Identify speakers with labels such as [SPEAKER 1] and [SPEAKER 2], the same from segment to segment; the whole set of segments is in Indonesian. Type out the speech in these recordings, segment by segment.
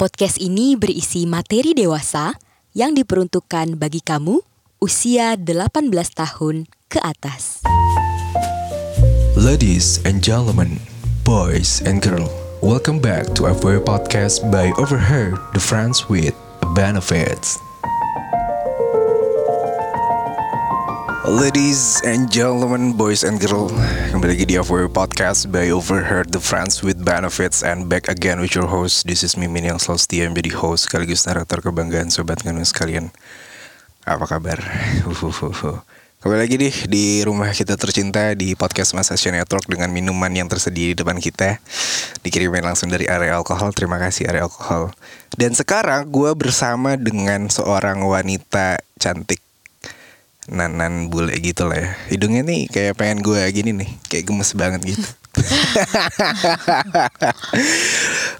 [SPEAKER 1] Podcast ini berisi materi dewasa yang diperuntukkan bagi kamu usia 18 tahun ke atas.
[SPEAKER 2] Ladies and gentlemen, boys and girls, welcome back to our podcast by Overheard the Friends with Benefits. Ladies and gentlemen, boys and girls, kembali lagi di Our Podcast by Overheard the Friends with Benefits and back again with your host. This is Mimin yang selalu setia menjadi host sekaligus narator kebanggaan sobat nganu sekalian. Apa kabar? Uhuhuhu. Kembali lagi nih di rumah kita tercinta di podcast Mas Asia Network dengan minuman yang tersedia di depan kita. Dikirimin langsung dari area alkohol. Terima kasih area alkohol. Dan sekarang gue bersama dengan seorang wanita cantik nanan bule gitu lah ya hidungnya nih kayak pengen gue gini nih kayak gemes banget gitu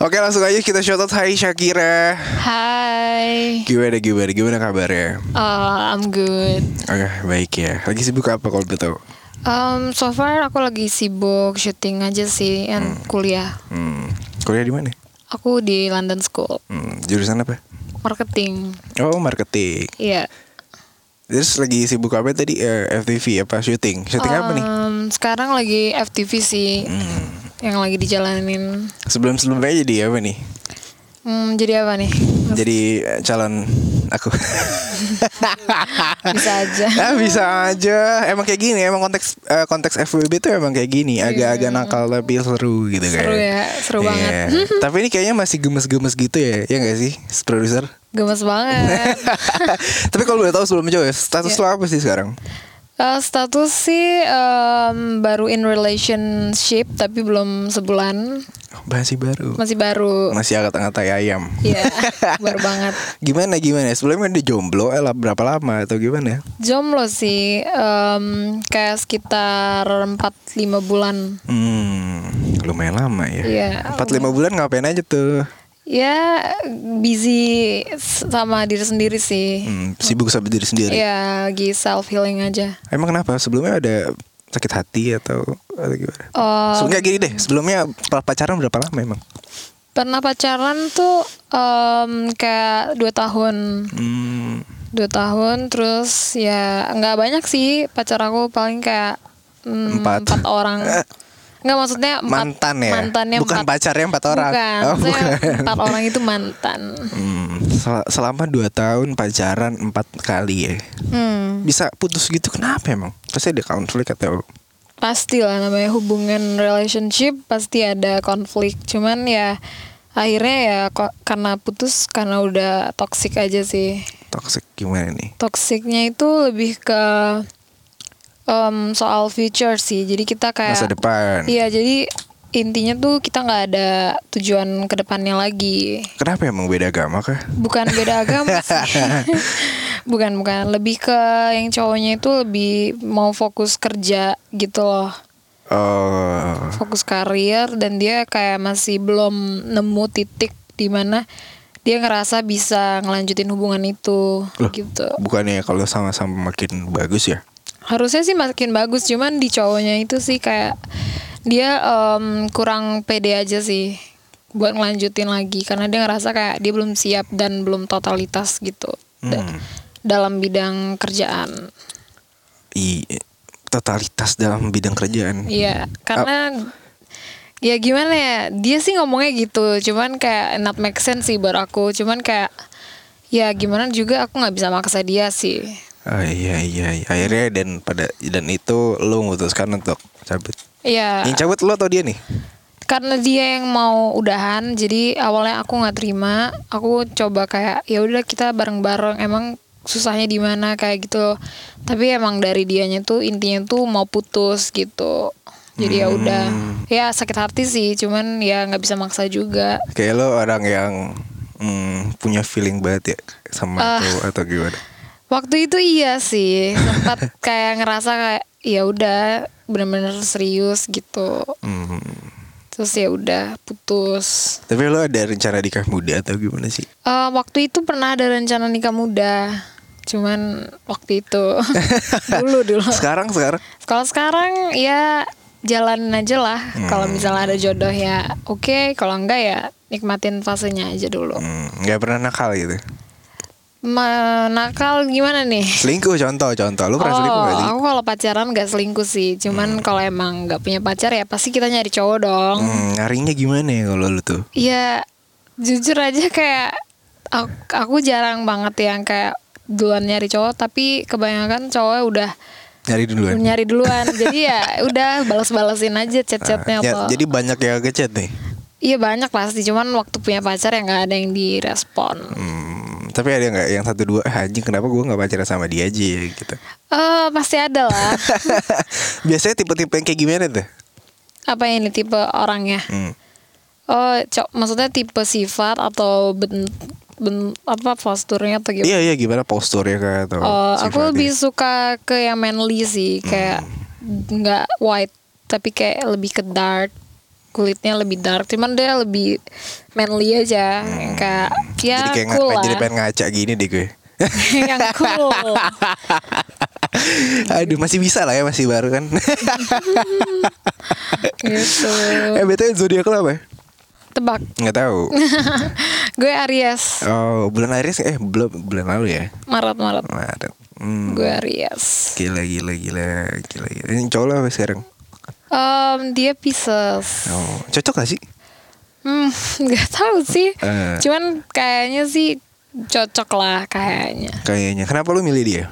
[SPEAKER 2] oke langsung aja kita shout out Hai Shakira
[SPEAKER 3] Hai,
[SPEAKER 2] gimana gimana gimana kabarnya
[SPEAKER 3] Uh, I'm good.
[SPEAKER 2] oke baik ya lagi sibuk apa kalau gitu? boleh tahu
[SPEAKER 3] Um, so far aku lagi sibuk syuting aja sih and kuliah.
[SPEAKER 2] hmm, kuliah di mana
[SPEAKER 3] Aku di London School
[SPEAKER 2] hmm, jurusan apa
[SPEAKER 3] marketing.
[SPEAKER 2] oh marketing
[SPEAKER 3] Iya.
[SPEAKER 2] terus lagi sibuk apa tadi Eh, FTV apa syuting syuting apa nih
[SPEAKER 3] Um, sekarang lagi FTV sih yang lagi dijalanin.
[SPEAKER 2] sebelum sebelumnya jadi apa nih
[SPEAKER 3] Hmm, jadi apa nih?
[SPEAKER 2] jadi eh, calon aku
[SPEAKER 3] Bisa aja.
[SPEAKER 2] Ah bisa aja. Emang kayak gini, emang konteks eh, konteks FWB tuh emang kayak gini, agak-agak nakal tapi seru gitu kayak.
[SPEAKER 3] Iya. Seru ya, seru
[SPEAKER 2] Iya.
[SPEAKER 3] banget.
[SPEAKER 2] tapi ini kayaknya masih gemes-gemes gitu ya, ya gak sih, produser?
[SPEAKER 3] Gemes banget.
[SPEAKER 2] tapi kalau boleh tahu sebelum jauh ya,
[SPEAKER 3] Iya.
[SPEAKER 2] status lo apa sih sekarang?
[SPEAKER 3] Uh, status sih um, baru in relationship tapi belum sebulan,
[SPEAKER 2] Masih baru.
[SPEAKER 3] masih baru.
[SPEAKER 2] Masih agak-agak ayam.
[SPEAKER 3] Iya, baru banget.
[SPEAKER 2] Gimana gimana? Sebelumnya udah jomblo eh, lah, berapa lama atau gimana?
[SPEAKER 3] Jomblo sih em, kayak sekitar 4-5 bulan.
[SPEAKER 2] Hmm, lumayan lama ya.
[SPEAKER 3] Iya.
[SPEAKER 2] Empat lima bulan ngapain aja tuh?
[SPEAKER 3] Ya busy sama diri sendiri sih.
[SPEAKER 2] Hmm, sibuk sama diri sendiri.
[SPEAKER 3] Ya lagi self healing aja.
[SPEAKER 2] Emang kenapa? Sebelumnya ada sakit hati atau atau gimana?
[SPEAKER 3] Eh,
[SPEAKER 2] Sebelumnya gini deh, sebelumnya pa- pacaran berapa lama emang?
[SPEAKER 3] pernah pacaran tuh em, kayak 2 tahun.
[SPEAKER 2] Hmm,
[SPEAKER 3] 2 tahun terus ya nggak banyak sih pacar aku paling kayak mm,
[SPEAKER 2] Empat.
[SPEAKER 3] empat orang. Nggak maksudnya empat-
[SPEAKER 2] mantan ya?
[SPEAKER 3] Mantannya
[SPEAKER 2] bukan
[SPEAKER 3] empat,
[SPEAKER 2] pacarnya empat orang.
[SPEAKER 3] Bukan,
[SPEAKER 2] Oh,
[SPEAKER 3] maksudnya
[SPEAKER 2] bukan.
[SPEAKER 3] empat orang itu mantan.
[SPEAKER 2] Hmm, sel- selama 2 tahun pacaran empat kali ya.
[SPEAKER 3] Hmm.
[SPEAKER 2] Bisa putus gitu kenapa emang? Pasti ada konflik atau
[SPEAKER 3] pasti lah namanya hubungan relationship pasti ada konflik cuman ya akhirnya ya ko- karena putus karena udah toxic aja sih
[SPEAKER 2] toxic gimana nih?
[SPEAKER 3] toksiknya itu lebih ke em, soal future sih jadi kita
[SPEAKER 2] Masa
[SPEAKER 3] kayak
[SPEAKER 2] depan.
[SPEAKER 3] iya jadi intinya tuh kita nggak ada tujuan kedepannya lagi
[SPEAKER 2] Kenapa emang beda agama kah?
[SPEAKER 3] bukan beda agama sih bukan bukan lebih ke yang cowoknya itu lebih mau fokus kerja gitu loh
[SPEAKER 2] Oh,
[SPEAKER 3] fokus karir dan dia kayak masih belum nemu titik di mana dia ngerasa bisa ngelanjutin hubungan itu
[SPEAKER 2] Loh.
[SPEAKER 3] gitu.
[SPEAKER 2] bukannya kalau sama-sama makin bagus ya?
[SPEAKER 3] Harusnya sih makin bagus cuman di cowoknya itu sih kayak dia em, kurang pede aja sih buat ngelanjutin lagi karena dia ngerasa kayak dia belum siap dan belum totalitas gitu da-
[SPEAKER 2] Hmm.
[SPEAKER 3] dalam bidang kerjaan.
[SPEAKER 2] I totalitas dalam bidang kerjaan.
[SPEAKER 3] Iya, karena ya gimana ya, dia sih ngomongnya gitu, cuman kayak not make sense sih buat aku, cuman kayak ya gimana juga aku nggak bisa maksa dia sih.
[SPEAKER 2] Ah, iya iya iya. akhirnya dan pada dan itu lo memutuskan untuk cabut.
[SPEAKER 3] Iya,
[SPEAKER 2] Yang cabut lo atau dia nih?
[SPEAKER 3] karena dia yang mau udahan, jadi awalnya aku nggak terima, aku coba kayak ya udah kita bareng-bareng, emang susahnya di mana kayak gitu, tapi emang dari dianya tuh intinya tuh mau putus gitu, jadi ya udah, ya sakit hati sih, cuman ya nggak bisa maksa juga.
[SPEAKER 2] Kayak lo orang yang mm, punya feeling banget ya sama
[SPEAKER 3] Ah.
[SPEAKER 2] cowok atau gimana?
[SPEAKER 3] Waktu itu iya sih, sempat kayak ngerasa kayak ya udah bener-bener serius gitu.
[SPEAKER 2] Hmm.
[SPEAKER 3] Terus ya udah putus.
[SPEAKER 2] Tapi lo ada rencana nikah muda atau gimana sih?
[SPEAKER 3] Eh, waktu itu pernah ada rencana nikah muda. Cuman waktu itu dulu dulu.
[SPEAKER 2] Sekarang sekarang
[SPEAKER 3] Kalau sekarang ya jalanin aja lah. Kalau misalnya ada jodoh ya oke, kalau enggak ya nikmatin fasenya aja dulu
[SPEAKER 2] Hmm, nggak pernah nakal gitu
[SPEAKER 3] Ma- nakal gimana nih
[SPEAKER 2] selingkuh contoh contoh lu pernah selingkuh
[SPEAKER 3] Oh,
[SPEAKER 2] gak sih
[SPEAKER 3] aku kalau pacaran gak selingkuh sih. Cuman kalau emang gak punya pacar ya pasti kita nyari cowok dong.
[SPEAKER 2] hmm, nyarinya gimana ya kalau lu tuh
[SPEAKER 3] Ya jujur aja kayak aku, aku jarang banget yang kayak duluan nyari cowok tapi kebanyakan cowok udah
[SPEAKER 2] nyari duluan
[SPEAKER 3] nyari duluan jadi ya udah balas-balasin aja chat-chatnya
[SPEAKER 2] Ya,
[SPEAKER 3] apa
[SPEAKER 2] jadi banyak yang ngechat nih
[SPEAKER 3] iya banyak pasti cuman waktu punya pacar ya nggak ada yang direspon
[SPEAKER 2] Hmm, tapi ada nggak yang satu dua "Ah, anjing kenapa gue nggak pacaran sama dia aja ya gitu
[SPEAKER 3] eh pasti ada lah
[SPEAKER 2] biasanya tipe-tipe yang kayak gimana tuh
[SPEAKER 3] apa ini tipe orangnya
[SPEAKER 2] hmm.
[SPEAKER 3] oh cok maksudnya tipe sifat atau ben, ben- apa posturnya atau gimana
[SPEAKER 2] iya iya gimana posturnya kayak atau
[SPEAKER 3] Oh, aku
[SPEAKER 2] sifatnya?
[SPEAKER 3] lebih suka ke yang manly sih,
[SPEAKER 2] Hmm.
[SPEAKER 3] kayak nggak white tapi kayak lebih ke dark kulitnya lebih dark, cuman dia lebih manly aja, yang kayak ya
[SPEAKER 2] Hmm. jadi kayak nga-
[SPEAKER 3] cool
[SPEAKER 2] jadi
[SPEAKER 3] lah,
[SPEAKER 2] pengen ngaca gini deh gue
[SPEAKER 3] yang cool.
[SPEAKER 2] aduh masih bisa lah ya masih baru kan
[SPEAKER 3] gitu.
[SPEAKER 2] eh btw zodiak lo apa
[SPEAKER 3] Tebak,
[SPEAKER 2] nggak tahu
[SPEAKER 3] gue Aries,
[SPEAKER 2] oh bulan Aries eh belum bulan lalu ya
[SPEAKER 3] Maret Maret,
[SPEAKER 2] Maret hmm.
[SPEAKER 3] gue Aries.
[SPEAKER 2] gila gila gila gila gila ini cowok lo apa sekarang
[SPEAKER 3] Em, dia Pisces.
[SPEAKER 2] oh, cocok gak sih
[SPEAKER 3] Hmm, nggak tahu sih,
[SPEAKER 2] Eh.
[SPEAKER 3] cuman kayaknya sih cocok lah kayaknya.
[SPEAKER 2] kayaknya kenapa lo milih dia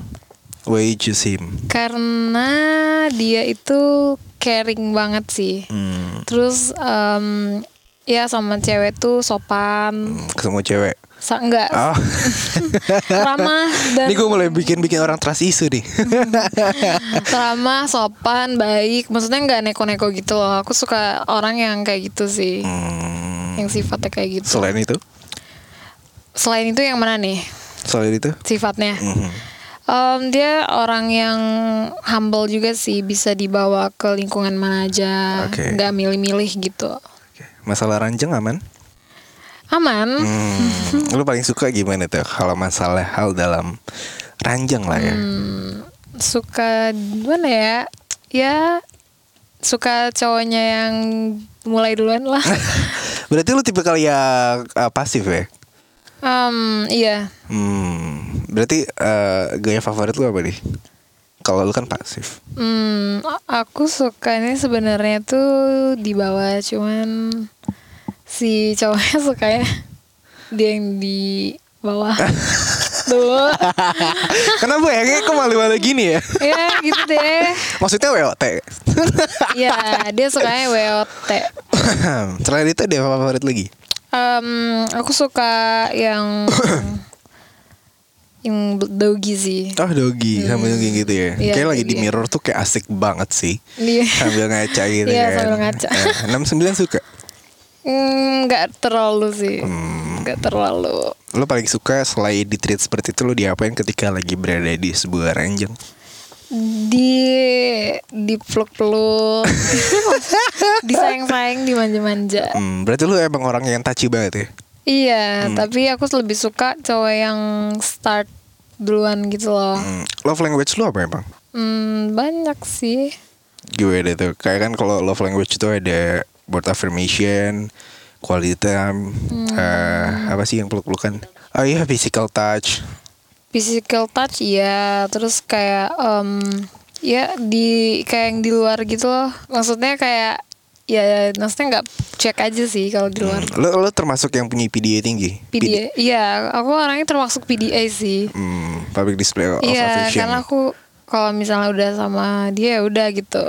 [SPEAKER 2] why you choose him
[SPEAKER 3] karena dia itu caring banget sih
[SPEAKER 2] hmm.
[SPEAKER 3] terus em, ya sama cewek tuh sopan
[SPEAKER 2] ke semua cewek
[SPEAKER 3] sa enggak
[SPEAKER 2] oh
[SPEAKER 3] ramah dan
[SPEAKER 2] ini gue mulai bikin bikin orang trust isu nih
[SPEAKER 3] ramah sopan baik maksudnya nggak neko-neko gitu loh aku suka orang yang kayak gitu sih
[SPEAKER 2] Hmm,
[SPEAKER 3] yang sifatnya kayak gitu
[SPEAKER 2] selain itu
[SPEAKER 3] selain itu yang mana nih
[SPEAKER 2] selain itu
[SPEAKER 3] sifatnya
[SPEAKER 2] Mhm.
[SPEAKER 3] Em, dia orang yang humble juga sih bisa dibawa ke lingkungan mana aja
[SPEAKER 2] Oke.
[SPEAKER 3] nggak milih-milih gitu
[SPEAKER 2] Oke. masalah ranjang aman
[SPEAKER 3] aman
[SPEAKER 2] Hmm, lu paling suka gimana tuh kalau masalah hal dalam ranjang lah ya.
[SPEAKER 3] suka gimana ya ya suka cowoknya yang mulai duluan lah
[SPEAKER 2] Berarti lu tipe kali yang uh, pasif ya.
[SPEAKER 3] Em, iya
[SPEAKER 2] Hmm, berarti uh, gaya favorit lu apa nih? Kalau lu kan pasif.
[SPEAKER 3] Hmm, a- aku sukanya sebenarnya tuh di bawah cuman si cowoknya sukanya dia yang di bawah tuh
[SPEAKER 2] Kenapa ya? Kayak kok malu-malu gini ya?
[SPEAKER 3] ya gitu deh
[SPEAKER 2] Maksudnya WOT.
[SPEAKER 3] ya dia sukanya WOT
[SPEAKER 2] Selain itu ada apa favorit lagi?
[SPEAKER 3] Em, aku suka yang yang dogi sih
[SPEAKER 2] Oh dogi, sambil dogi gitu ya.
[SPEAKER 3] Hmm. Iya,
[SPEAKER 2] kayak lagi di
[SPEAKER 3] iya.
[SPEAKER 2] mirror tuh kayak asik banget sih.
[SPEAKER 3] Iya.
[SPEAKER 2] Sambil ngaca gitu
[SPEAKER 3] Iya,
[SPEAKER 2] kan.
[SPEAKER 3] sambil ngaca.
[SPEAKER 2] Enam sembilan suka.
[SPEAKER 3] Hmm, nggak terlalu sih nggak terlalu
[SPEAKER 2] Lo paling suka selain di treat seperti itu lo diapain ketika lagi berada di sebuah ranjang?
[SPEAKER 3] di di peluk peluk disayang sayang dimanja-manja
[SPEAKER 2] Hmm, berarti lo emang orang yang taci banget ya?
[SPEAKER 3] iya tapi aku lebih suka cowok yang start duluan gitu loh
[SPEAKER 2] Hmm, love language lo apa emang?
[SPEAKER 3] hmm, banyak sih
[SPEAKER 2] Gimana tuh? Kayak kan kalau love language itu ada word affirmation, quality time,
[SPEAKER 3] Hmm.
[SPEAKER 2] eh, apa sih yang peluk-pelukan? Oh iya physical touch.
[SPEAKER 3] physical touch iya terus kayak em, ya di kayak yang di luar gitu loh maksudnya kayak ya maksudnya nggak cek aja sih kalau di luar
[SPEAKER 2] Lo, lo termasuk yang punya PDA tinggi?
[SPEAKER 3] PDA. Iya, aku orangnya termasuk PDA sih.
[SPEAKER 2] Hmm, public display of
[SPEAKER 3] Iya,
[SPEAKER 2] affection.
[SPEAKER 3] karena aku kalau misalnya udah sama dia ya udah gitu.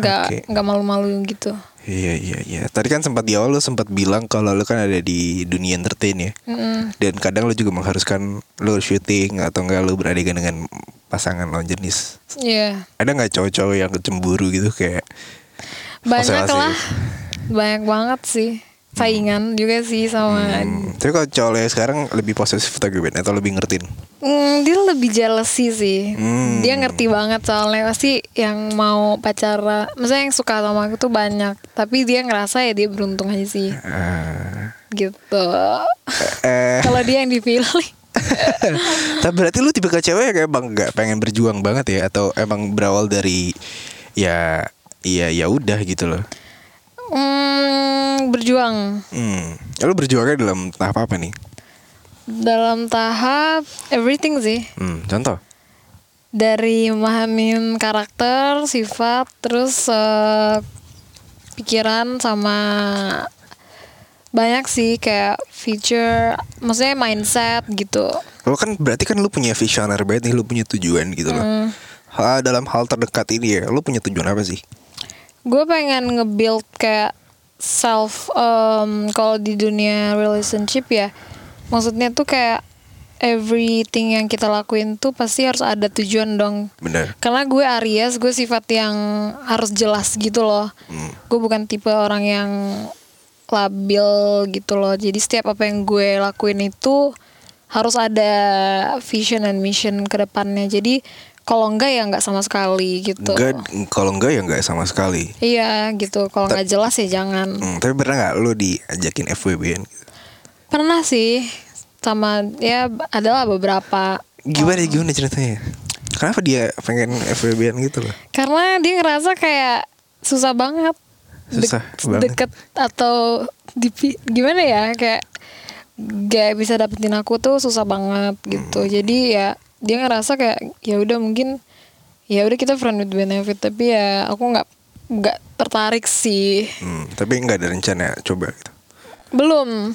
[SPEAKER 3] Nggak
[SPEAKER 2] Oke.
[SPEAKER 3] nggak malu-malu gitu.
[SPEAKER 2] Iya iya iya. Tadi kan sempat di awal lu sempat bilang kalau lu kan ada di dunia entertain ya.
[SPEAKER 3] Mm-mm.
[SPEAKER 2] Dan kadang lu juga mengharuskan lu syuting atau enggak lu beradegan dengan pasangan lawan jenis.
[SPEAKER 3] Iya.
[SPEAKER 2] Ada nggak cowok-cowok yang cemburu gitu kayak Oh,
[SPEAKER 3] Banyak
[SPEAKER 2] Masalah
[SPEAKER 3] lah. Banyak banget sih. Saingan juga sih sama
[SPEAKER 2] hmm, tapi kalau cowok yang sekarang lebih posesif atau gimana atau lebih ngertiin?
[SPEAKER 3] Mm, dia lebih jealousy sih.
[SPEAKER 2] Hmm.
[SPEAKER 3] Dia ngerti banget soalnya pasti yang mau pacara, maksudnya yang suka sama aku tuh banyak, tapi dia ngerasa ya dia beruntung aja sih.
[SPEAKER 2] Ah.
[SPEAKER 3] Gitu.
[SPEAKER 2] eh,
[SPEAKER 3] Kalau dia yang dipilih.
[SPEAKER 2] tapi berarti lu tipe cewek yang emang nggak pengen berjuang banget ya atau emang berawal dari ya iya ya udah gitu ya loh.
[SPEAKER 3] Hmm, berjuang
[SPEAKER 2] Hmm. Lu berjuangnya dalam tahap apa nih?
[SPEAKER 3] dalam tahap everything sih
[SPEAKER 2] Hmm, contoh.
[SPEAKER 3] dari memahamin karakter, sifat, terus eh, pikiran sama banyak sih kayak feature, maksudnya mindset gitu.
[SPEAKER 2] Lo kan berarti kan lu punya visioner banget nih, lu punya tujuan gitu loh. Ha, dalam hal terdekat ini ya, lu punya tujuan apa sih?
[SPEAKER 3] Gue pengen nge-build kayak self em, kalau di dunia relationship ya. Maksudnya tuh kayak everything yang kita lakuin tuh pasti harus ada tujuan dong.
[SPEAKER 2] Bener.
[SPEAKER 3] Karena gue Aries, gue sifat yang harus jelas gitu loh.
[SPEAKER 2] Hmm.
[SPEAKER 3] Gue bukan tipe orang yang labil gitu loh. Jadi setiap apa yang gue lakuin itu harus ada vision and mission ke depannya. Jadi kalau enggak ya enggak sama sekali gitu.
[SPEAKER 2] Enggak, kalau enggak ya enggak sama sekali.
[SPEAKER 3] Iya gitu. Kalau enggak jelas ya jangan.
[SPEAKER 2] Hmm, tapi pernah nggak lu diajakin FWB-an? gitu?
[SPEAKER 3] Pernah sih sama ya adalah beberapa
[SPEAKER 2] Gimana gimana ceritanya? Kenapa dia pengen FWB-an gitu loh?
[SPEAKER 3] karena dia ngerasa kayak susah banget Dek-
[SPEAKER 2] Susah banget.
[SPEAKER 3] deket atau dipi- gimana ya kayak gak bisa dapetin aku tuh susah banget gitu
[SPEAKER 2] Hmm.
[SPEAKER 3] jadi ya dia ngerasa kayak ya udah mungkin ya udah kita friend with benefit tapi ya aku nggak nggak tertarik sih
[SPEAKER 2] Hmm, tapi nggak ada rencana coba gitu.
[SPEAKER 3] belum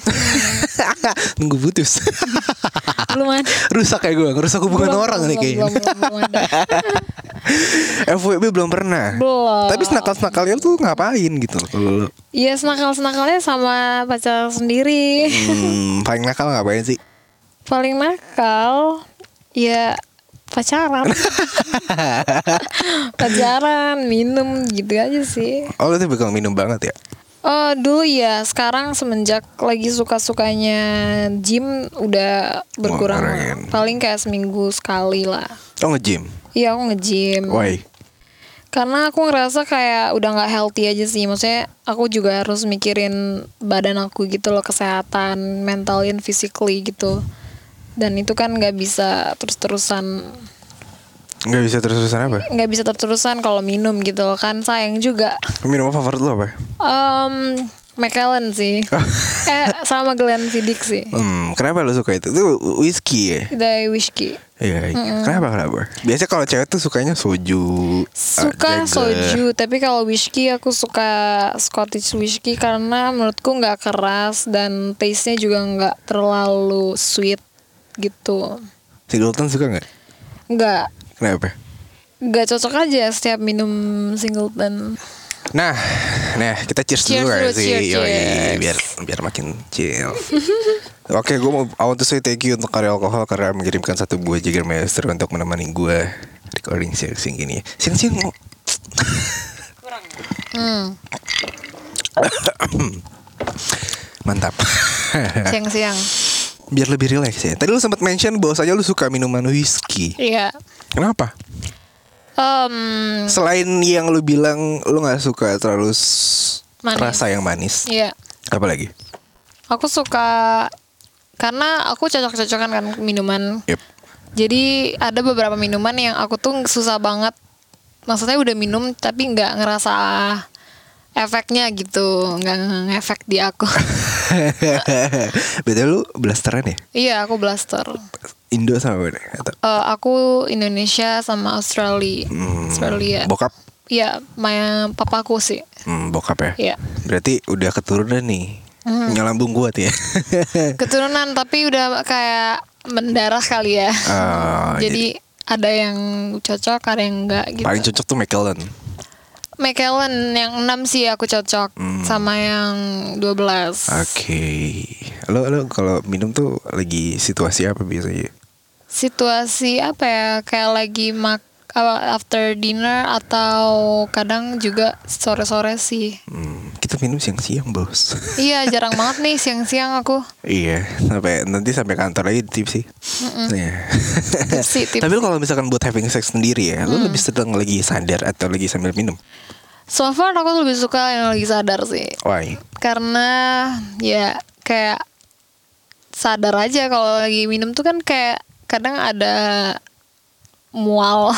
[SPEAKER 2] Nunggu putus.
[SPEAKER 3] belum ada
[SPEAKER 2] rusak kayak gue, rusak hubungan
[SPEAKER 3] Belum,
[SPEAKER 2] orang nih
[SPEAKER 3] belum,
[SPEAKER 2] kayaknya.
[SPEAKER 3] belum, belum, belum ada.
[SPEAKER 2] FWB belum pernah.
[SPEAKER 3] Belum.
[SPEAKER 2] Tapi senakal-senakalnya tuh ngapain gitu loh kalau lu?
[SPEAKER 3] Iya senakal senakalnya sama pacar sendiri
[SPEAKER 2] Hmm, paling nakal ngapain sih?
[SPEAKER 3] paling nakal ya pacaran pacaran minum gitu aja sih
[SPEAKER 2] Oh lu tuh bakal minum banget ya?
[SPEAKER 3] oh dulu ya sekarang semenjak lagi suka sukanya gym udah berkurang
[SPEAKER 2] kurangin.
[SPEAKER 3] paling kayak seminggu sekali lah
[SPEAKER 2] Oh nge-gym?
[SPEAKER 3] iya aku nge-gym
[SPEAKER 2] Why?
[SPEAKER 3] karena aku ngerasa kayak udah nggak healthy aja sih maksudnya aku juga harus mikirin badan aku gitu loh kesehatan mentalin physically gitu dan itu kan nggak bisa terus terusan
[SPEAKER 2] Nggak bisa terus-terusan apa?
[SPEAKER 3] nggak bisa terus terusan kalau minum gitu loh kan sayang juga
[SPEAKER 2] Minum apa favorit lu apa?
[SPEAKER 3] Iya. um, McAllen sih eh sama Glenfiddich sih
[SPEAKER 2] Hmm, kenapa lu suka itu? Itu whisky ya?
[SPEAKER 3] dari whisky
[SPEAKER 2] Iya, iya. kenapa kenapa? Biasanya kalau cewek tuh sukanya soju. eh,
[SPEAKER 3] suka
[SPEAKER 2] Jagger.
[SPEAKER 3] soju tapi kalau whisky aku suka Scottish whisky karena menurutku nggak keras dan taste nya juga nggak terlalu sweet gitu
[SPEAKER 2] Singleton suka nggak?
[SPEAKER 3] nggak
[SPEAKER 2] Kenapa?
[SPEAKER 3] nggak cocok aja setiap minum singleton
[SPEAKER 2] Nah, nah kita cheers, dulu
[SPEAKER 3] Cheers
[SPEAKER 2] kan
[SPEAKER 3] dulu,
[SPEAKER 2] sih,
[SPEAKER 3] cheers,
[SPEAKER 2] Yoi,
[SPEAKER 3] cheers.
[SPEAKER 2] biar biar makin chill. Oke, gue mau I want to say thank you untuk karya alkohol karena mengirimkan satu buah Jagermeister untuk menemani gue recording sing ini. Sing sing.
[SPEAKER 3] hmm,
[SPEAKER 2] Mantap. Ya.
[SPEAKER 3] siang siang
[SPEAKER 2] biar lebih relax ya. Tadi lu sempat mention bahwasanya lu suka minuman whisky.
[SPEAKER 3] iya
[SPEAKER 2] Kenapa?
[SPEAKER 3] um,
[SPEAKER 2] Selain yang lu bilang lu nggak suka terlalu s-
[SPEAKER 3] Manis.
[SPEAKER 2] rasa yang manis.
[SPEAKER 3] iya
[SPEAKER 2] Apa lagi?
[SPEAKER 3] aku suka karena aku cocok cocokan kan minuman
[SPEAKER 2] Yep.
[SPEAKER 3] Jadi ada beberapa minuman yang aku tuh susah banget. Maksudnya udah minum tapi nggak ngerasa efeknya gitu, nggak ngefek di aku.
[SPEAKER 2] Betul lu blasteran ya?
[SPEAKER 3] iya, aku blaster.
[SPEAKER 2] Indo sama mana? Atau
[SPEAKER 3] Eh, aku Indonesia sama Australia.
[SPEAKER 2] Hmm,
[SPEAKER 3] Australia.
[SPEAKER 2] Bokap.
[SPEAKER 3] Iya, my papaku sih.
[SPEAKER 2] Hmm, bokap ya.
[SPEAKER 3] Iya. Hmm.
[SPEAKER 2] Berarti udah keturunan nih. Punya lambung kuat ya.
[SPEAKER 3] Keturunan tapi udah kayak mendarah kali ya.
[SPEAKER 2] Ah,
[SPEAKER 3] jadi, ada yang cocok, ada yang enggak gitu.
[SPEAKER 2] Paling cocok tuh McAllen.
[SPEAKER 3] McAllen yang 6 sih aku cocok sama yang 12
[SPEAKER 2] Oke. Lo lo kalau minum tuh lagi situasi apa biasanya?
[SPEAKER 3] Situasi apa ya kayak lagi mak apa, after dinner atau kadang juga sore-sore sih.
[SPEAKER 2] Hmm, kita minum siang-siang, Bos.
[SPEAKER 3] Iya, jarang banget nih siang-siang aku.
[SPEAKER 2] iya, sampai nanti sampai kantor lagi tips sih. Iya.
[SPEAKER 3] Tipsi, tipsi.
[SPEAKER 2] Tapi lo kalau misalkan buat having sex sendiri ya, lo
[SPEAKER 3] Hmm.
[SPEAKER 2] lebih sedang lagi sadar atau lagi sambil minum?
[SPEAKER 3] So far aku lebih suka yang lagi sadar sih.
[SPEAKER 2] Why?
[SPEAKER 3] Karena ya kayak sadar aja kalau lagi minum tuh kan kayak kadang ada mual.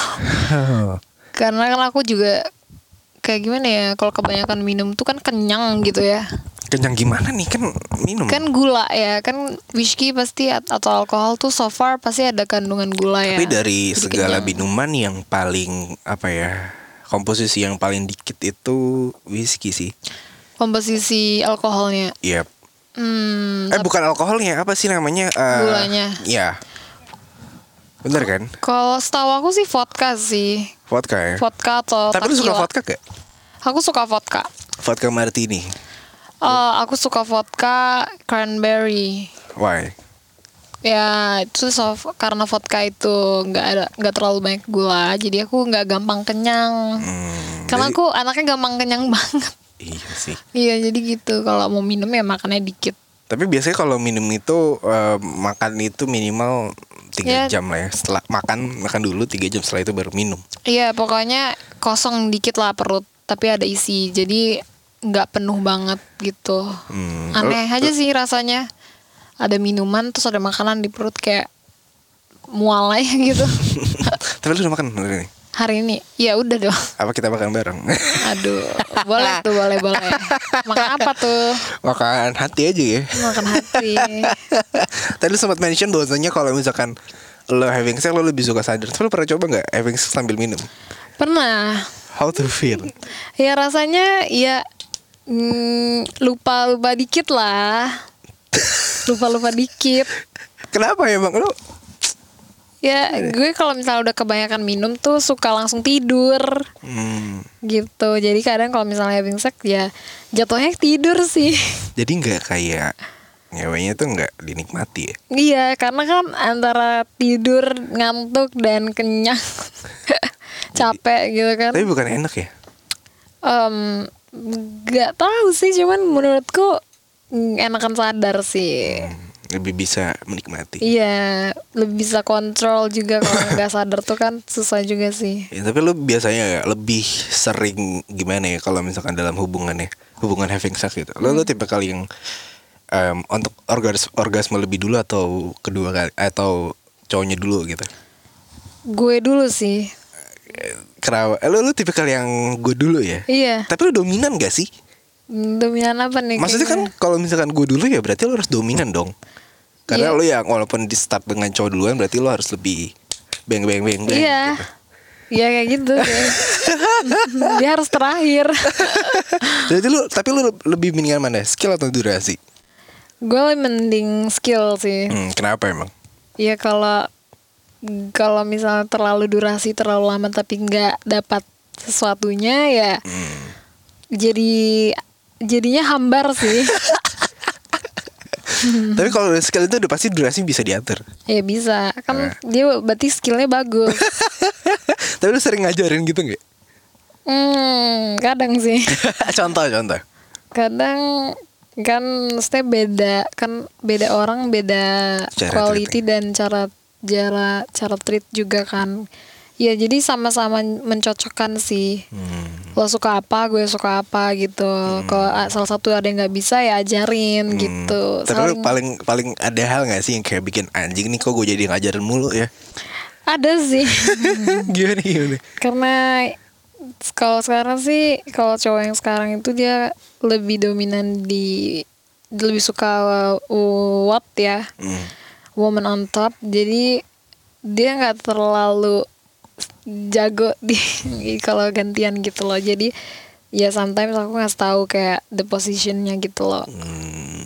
[SPEAKER 3] karena kan aku juga kayak gimana ya kalau kebanyakan minum tuh kan kenyang gitu ya
[SPEAKER 2] Kenyang gimana nih kan minum.
[SPEAKER 3] kan gula ya kan whisky pasti at- atau alkohol tuh so far pasti ada kandungan gula ya
[SPEAKER 2] Tapi dari
[SPEAKER 3] Jadi
[SPEAKER 2] segala
[SPEAKER 3] kenyang.
[SPEAKER 2] minuman yang paling apa ya? Komposisi yang paling dikit itu whisky sih.
[SPEAKER 3] komposisi alkoholnya
[SPEAKER 2] Iya.
[SPEAKER 3] hmm,
[SPEAKER 2] Eh bukan alkoholnya, apa sih namanya? Eh,
[SPEAKER 3] Gulanya.
[SPEAKER 2] Iya. Bener kan?
[SPEAKER 3] kalau setahu aku sih vodka sih
[SPEAKER 2] Vodka ya.
[SPEAKER 3] vodka atau
[SPEAKER 2] Tapi lu suka
[SPEAKER 3] tequila.
[SPEAKER 2] vodka gak?
[SPEAKER 3] aku suka vodka
[SPEAKER 2] Vodka martini.
[SPEAKER 3] Eh, aku suka vodka cranberry
[SPEAKER 2] Why?
[SPEAKER 3] ya itu so- karena vodka itu nggak ada nggak terlalu banyak gula jadi aku nggak gampang kenyang
[SPEAKER 2] Hmm,
[SPEAKER 3] karena
[SPEAKER 2] jadi-
[SPEAKER 3] aku anaknya gampang kenyang banget
[SPEAKER 2] Iya sih.
[SPEAKER 3] iya jadi gitu kalau mau minum ya makannya dikit
[SPEAKER 2] Tapi biasanya kalau minum itu eh, makan itu minimal tiga
[SPEAKER 3] Ya.
[SPEAKER 2] jam lah ya. Setelah makan makan dulu tiga jam setelah itu baru minum.
[SPEAKER 3] iya pokoknya kosong dikit lah perut tapi ada isi jadi nggak penuh banget gitu
[SPEAKER 2] Hmm.
[SPEAKER 3] aneh aja sih rasanya ada minuman terus ada makanan di perut kayak mual aja gitu
[SPEAKER 2] Tapi lu udah makan hari ini?
[SPEAKER 3] hari ini ya udah dong
[SPEAKER 2] Apa kita makan bareng?
[SPEAKER 3] Aduh, boleh tuh, boleh, boleh. Makan apa tuh?
[SPEAKER 2] makan hati aja ya.
[SPEAKER 3] Makan hati.
[SPEAKER 2] Tadi lu sempat mention bahwasanya kalau misalkan lo having sex lo lebih suka sadar. Tapi lu pernah coba nggak having sex sambil minum?
[SPEAKER 3] Pernah.
[SPEAKER 2] How to feel?
[SPEAKER 3] Ya rasanya ya mm, lupa lupa dikit lah. Lupa lupa dikit.
[SPEAKER 2] Kenapa emang lu?
[SPEAKER 3] Ya gue kalau misalnya udah kebanyakan minum tuh suka langsung tidur
[SPEAKER 2] Hmm,
[SPEAKER 3] gitu. Jadi kadang kalau misalnya having sex ya jatuhnya tidur sih.
[SPEAKER 2] jadi nggak kayak nyawanya tuh nggak dinikmati ya?
[SPEAKER 3] Iya, karena kan antara tidur, ngantuk dan kenyang. capek gitu kan.
[SPEAKER 2] Tapi bukan enak ya?
[SPEAKER 3] Em, nggak tahu sih cuman menurutku mm, enakan sadar sih
[SPEAKER 2] Hmm. Lebih bisa menikmati.
[SPEAKER 3] iya lebih bisa kontrol juga kalau nggak sadar tuh kan susah juga sih
[SPEAKER 2] Ya, tapi lu biasanya lebih sering gimana ya kalau misalkan dalam hubungannya hubungan having sex gitu. Lu
[SPEAKER 3] Hmm.
[SPEAKER 2] lu tipe kali yang em, untuk orgas orgasme lebih dulu atau kedua kali atau cowoknya dulu gitu.
[SPEAKER 3] gue dulu sih
[SPEAKER 2] Kenapa? Eh, Lu lu tipikal yang gue dulu ya.
[SPEAKER 3] iya
[SPEAKER 2] Tapi lu dominan gak sih?
[SPEAKER 3] Mm, dominan apa nih
[SPEAKER 2] Maksudnya kan
[SPEAKER 3] kayaknya?
[SPEAKER 2] kalau misalkan gue dulu ya berarti lu harus dominan dong. Karena
[SPEAKER 3] Hmm.
[SPEAKER 2] lu
[SPEAKER 3] Iya.
[SPEAKER 2] yang walaupun di start dengan cowok duluan berarti lu harus lebih beng beng beng beng.
[SPEAKER 3] iya
[SPEAKER 2] gitu.
[SPEAKER 3] iya kayak gitu kayak. dia harus terakhir
[SPEAKER 2] Jadi lu tapi lu lebih mendingan mana? Skill atau durasi?
[SPEAKER 3] gue mending skill sih
[SPEAKER 2] Hmm, kenapa emang?
[SPEAKER 3] Iya kalau kalau misalnya terlalu durasi terlalu lama tapi nggak dapat sesuatunya ya
[SPEAKER 2] Hmm.
[SPEAKER 3] jadi jadinya hambar sih
[SPEAKER 2] Tapi kalau dari skill itu udah pasti durasi bisa diatur.
[SPEAKER 3] ya bisa
[SPEAKER 2] Eh.
[SPEAKER 3] kan dia berarti skillnya bagus
[SPEAKER 2] Tapi lu sering ngajarin gitu nggak?
[SPEAKER 3] hmm, kadang sih
[SPEAKER 2] contoh contoh.
[SPEAKER 3] kadang kan maksudnya beda kan beda orang beda
[SPEAKER 2] Cara
[SPEAKER 3] quality dan cara cara cara treat juga kan ya jadi sama-sama mencocokkan sih
[SPEAKER 2] Hmm.
[SPEAKER 3] lo suka apa gue suka apa gitu kalau a- salah satu ada yang nggak bisa ya ajarin
[SPEAKER 2] Hmm.
[SPEAKER 3] gitu
[SPEAKER 2] Tapi lu
[SPEAKER 3] Saling-
[SPEAKER 2] paling paling ada hal nggak sih yang kayak bikin anjing nih kok gue jadi ngajarin mulu ya?
[SPEAKER 3] ada sih
[SPEAKER 2] gimana gimana?
[SPEAKER 3] karena kalau sekarang sih kalau cowok yang sekarang itu dia lebih dominan di lebih suka uh, what ya
[SPEAKER 2] Hmm.
[SPEAKER 3] woman on top jadi dia nggak terlalu jago di kalau gantian gitu loh jadi ya sometimes aku nggak tahu kayak the positionnya gitu loh
[SPEAKER 2] Hmm.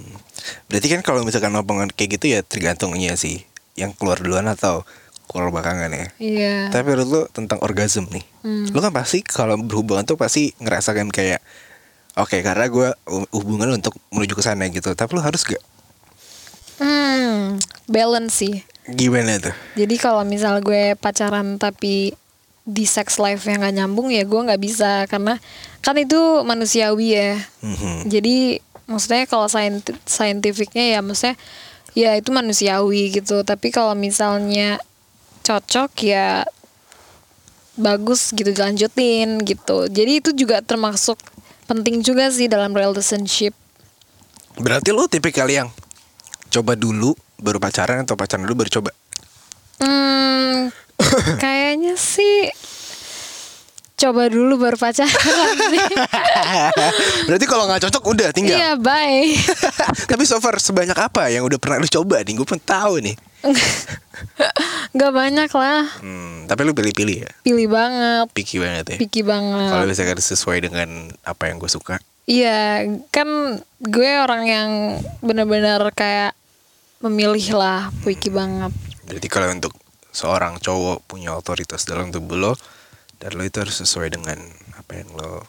[SPEAKER 2] Berarti kan kalau misalkan omongan kayak gitu ya tergantungnya sih yang keluar duluan atau keluar belakangan ya.
[SPEAKER 3] iya
[SPEAKER 2] Tapi menurut lu tentang orgasm nih. Lu kan pasti kalau berhubungan tuh pasti ngerasakan kayak oke karena gue hubungan untuk menuju ke sana gitu. Tapi lu harus gak
[SPEAKER 3] hmm balance sih
[SPEAKER 2] gimana tuh?
[SPEAKER 3] jadi kalau misal gue pacaran tapi di sex life yang nggak nyambung ya gue nggak bisa karena kan itu manusiawi ya
[SPEAKER 2] Mhm.
[SPEAKER 3] Jadi maksudnya kalau sainti- saintifiknya ya maksudnya ya itu manusiawi gitu. Tapi kalau misalnya cocok ya bagus gitu dilanjutin gitu. Jadi itu juga termasuk penting juga sih dalam relationship.
[SPEAKER 2] Berarti lu tipikal yang coba dulu baru pacaran atau pacaran dulu baru coba.
[SPEAKER 3] Hmm, kayaknya sih coba dulu baru pacaran sih.
[SPEAKER 2] Berarti kalau nggak cocok udah tinggal.
[SPEAKER 3] Iya, bye.
[SPEAKER 2] Tapi so far sebanyak apa yang udah pernah lu coba nih? Gue pengen tahu nih.
[SPEAKER 3] Gak banyak lah.
[SPEAKER 2] Hmm, tapi lu pilih-pilih ya.
[SPEAKER 3] Pilih banget,
[SPEAKER 2] Picky banget ya.
[SPEAKER 3] picky
[SPEAKER 2] Kalau
[SPEAKER 3] banget.
[SPEAKER 2] misalkan sesuai dengan apa yang gue suka.
[SPEAKER 3] Iya, kan gue orang yang benar-benar kayak memilih lah, picky banget.
[SPEAKER 2] Berarti kalau untuk seorang cowok punya otoritas dalam tubuh lo dan lo itu harus sesuai dengan apa yang lo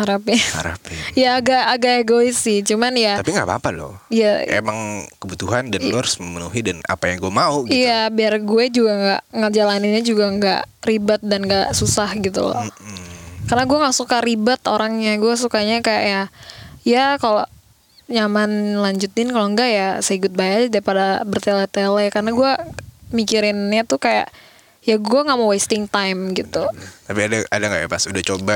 [SPEAKER 3] Harapnya.
[SPEAKER 2] harapin.
[SPEAKER 3] ya agak agak egois sih, cuman ya
[SPEAKER 2] Tapi nggak apa-apa lo.
[SPEAKER 3] ya
[SPEAKER 2] Emang kebutuhan dan lo harus memenuhi dan apa yang gue mau gitu.
[SPEAKER 3] Iya, biar gue juga nggak ngejalaninnya juga nggak ribet dan nggak susah gitu loh. Karena gue nggak suka ribet orangnya. Gue sukanya kayak ya, ya kalau nyaman lanjutin, kalau enggak ya say goodbye aja daripada bertele-tele. Karena gue mikirinnya tuh kayak ya gue nggak mau wasting time gitu.
[SPEAKER 2] Tapi ada ada nggak ya pas udah coba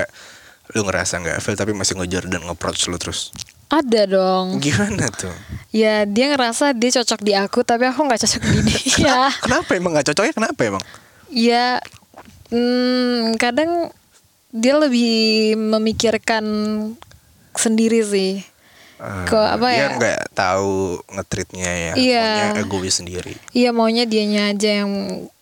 [SPEAKER 2] lu ngerasa nggak feel tapi masih ngejar dan nge-approach lu terus
[SPEAKER 3] Ada dong.
[SPEAKER 2] gimana tuh
[SPEAKER 3] Ya dia ngerasa dia cocok di aku, tapi aku nggak cocok di dia. Iya.
[SPEAKER 2] kenapa emang nggak cocoknya kenapa emang
[SPEAKER 3] Ya, hmm, kadang dia lebih memikirkan sendiri sih.
[SPEAKER 2] Eh,
[SPEAKER 3] Ke apa
[SPEAKER 2] dia
[SPEAKER 3] ya?
[SPEAKER 2] nggak tahu ngetritnya ya
[SPEAKER 3] Iya.
[SPEAKER 2] maunya egois sendiri
[SPEAKER 3] Iya maunya dianya aja yang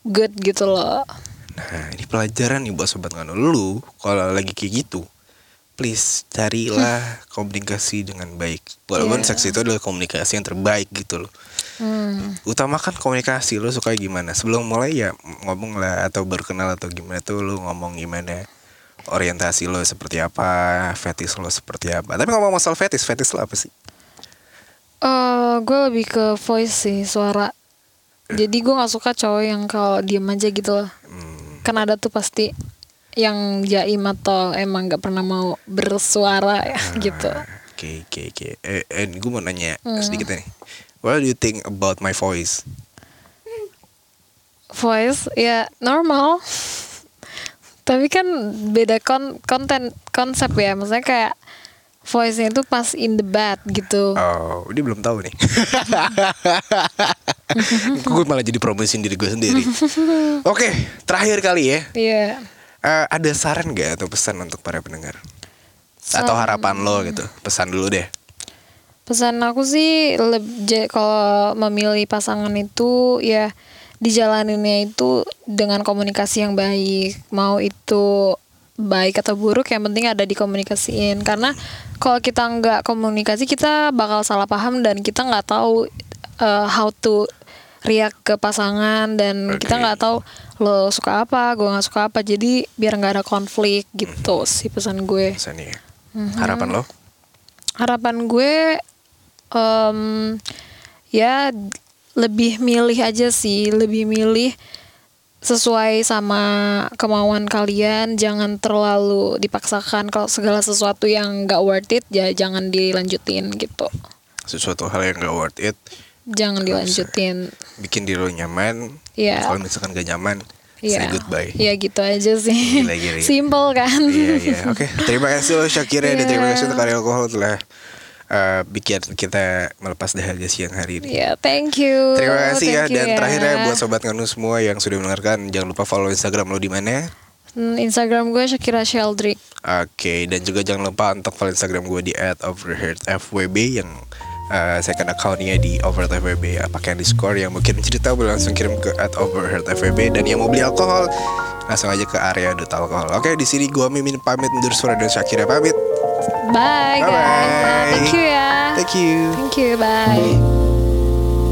[SPEAKER 3] good gitu loh.
[SPEAKER 2] nah ini pelajaran nih buat sobat nganu lu kalau lagi kayak gitu please carilah komunikasi dengan baik walaupun
[SPEAKER 3] Hmm. Iya.
[SPEAKER 2] seks itu adalah komunikasi yang terbaik gitu loh
[SPEAKER 3] Hmm.
[SPEAKER 2] utamakan komunikasi lu suka gimana sebelum mulai ya ngomong lah atau berkenal atau gimana tuh lu ngomong gimana orientasi lo seperti apa fetis lo seperti apa tapi ngomong masalah fetis fetis lo apa sih
[SPEAKER 3] Eh, gue lebih ke voice sih suara. Jadi gue nggak suka cowok yang kalau diem aja gitu loh.
[SPEAKER 2] Hmm,
[SPEAKER 3] Kan ada tuh pasti yang jaim atau emang nggak pernah mau bersuara ya gitu.
[SPEAKER 2] Ah. oke oke oke eh, eh gue mau nanya sedikit nih what do you think about my voice
[SPEAKER 3] voice ya normal tapi kan beda kon konten konsep ya maksudnya kayak voice-nya itu pas in the bed gitu
[SPEAKER 2] oh dia belum tahu nih gue malah jadi promosiin diri gue sendiri oke terakhir kali ya
[SPEAKER 3] iya
[SPEAKER 2] Eh, ada saran gak atau pesan untuk para pendengar atau harapan lo gitu pesan dulu deh
[SPEAKER 3] pesan aku sih leb- ja- kalau memilih pasangan itu ya dijalaninnya itu dengan komunikasi yang baik mau itu baik atau buruk yang penting ada dikomunikasiin karena kalau kita nggak komunikasi kita bakal salah paham dan kita nggak tahu uh, how to react ke pasangan dan kita
[SPEAKER 2] Oke.
[SPEAKER 3] nggak tahu lo suka apa gue nggak suka apa jadi biar nggak ada konflik gitu sih pesan gue
[SPEAKER 2] pesan nih ya. harapan lo
[SPEAKER 3] harapan gue em, ya lebih milih aja sih lebih milih sesuai sama kemauan kalian jangan terlalu dipaksakan kalau segala sesuatu yang nggak worth it ya jangan dilanjutin gitu
[SPEAKER 2] sesuatu hal yang gak worth it
[SPEAKER 3] jangan dilanjutin
[SPEAKER 2] bikin diri lo nyaman
[SPEAKER 3] Iya.
[SPEAKER 2] kalau misalkan gak nyaman say
[SPEAKER 3] ya
[SPEAKER 2] goodbye
[SPEAKER 3] ya gitu aja sih
[SPEAKER 2] Gila, gila, gila.
[SPEAKER 3] simple kan
[SPEAKER 2] iya iya oke terima kasih lo Syakira dan terima
[SPEAKER 3] Iya.
[SPEAKER 2] kasih untuk karya alkohol telah eh, bikin kita melepas dahaga siang hari ini
[SPEAKER 3] ya thank you
[SPEAKER 2] Terima kasih ya
[SPEAKER 3] Thank you
[SPEAKER 2] dan terakhirnya buat sobat nganu semua yang sudah mendengarkan jangan lupa follow Instagram lo di mana.
[SPEAKER 3] Hmm, Instagram gue Shakira Sheldrick
[SPEAKER 2] Oke, dan juga jangan lupa untuk follow Instagram gue di @overheardfwb yang eh, second accountnya di overheardfwb ya. Pakai underscore yang mau kirim cerita boleh langsung kirim ke @overheardfwb dan yang mau beli alkohol langsung aja ke area dot alkohol. Oke, di sini gue mimin pamit mundur suara dan Syakira pamit.
[SPEAKER 3] bye guys
[SPEAKER 2] Bye-bye.
[SPEAKER 3] thank you ya
[SPEAKER 2] Thank you.
[SPEAKER 3] Thank you. Bye.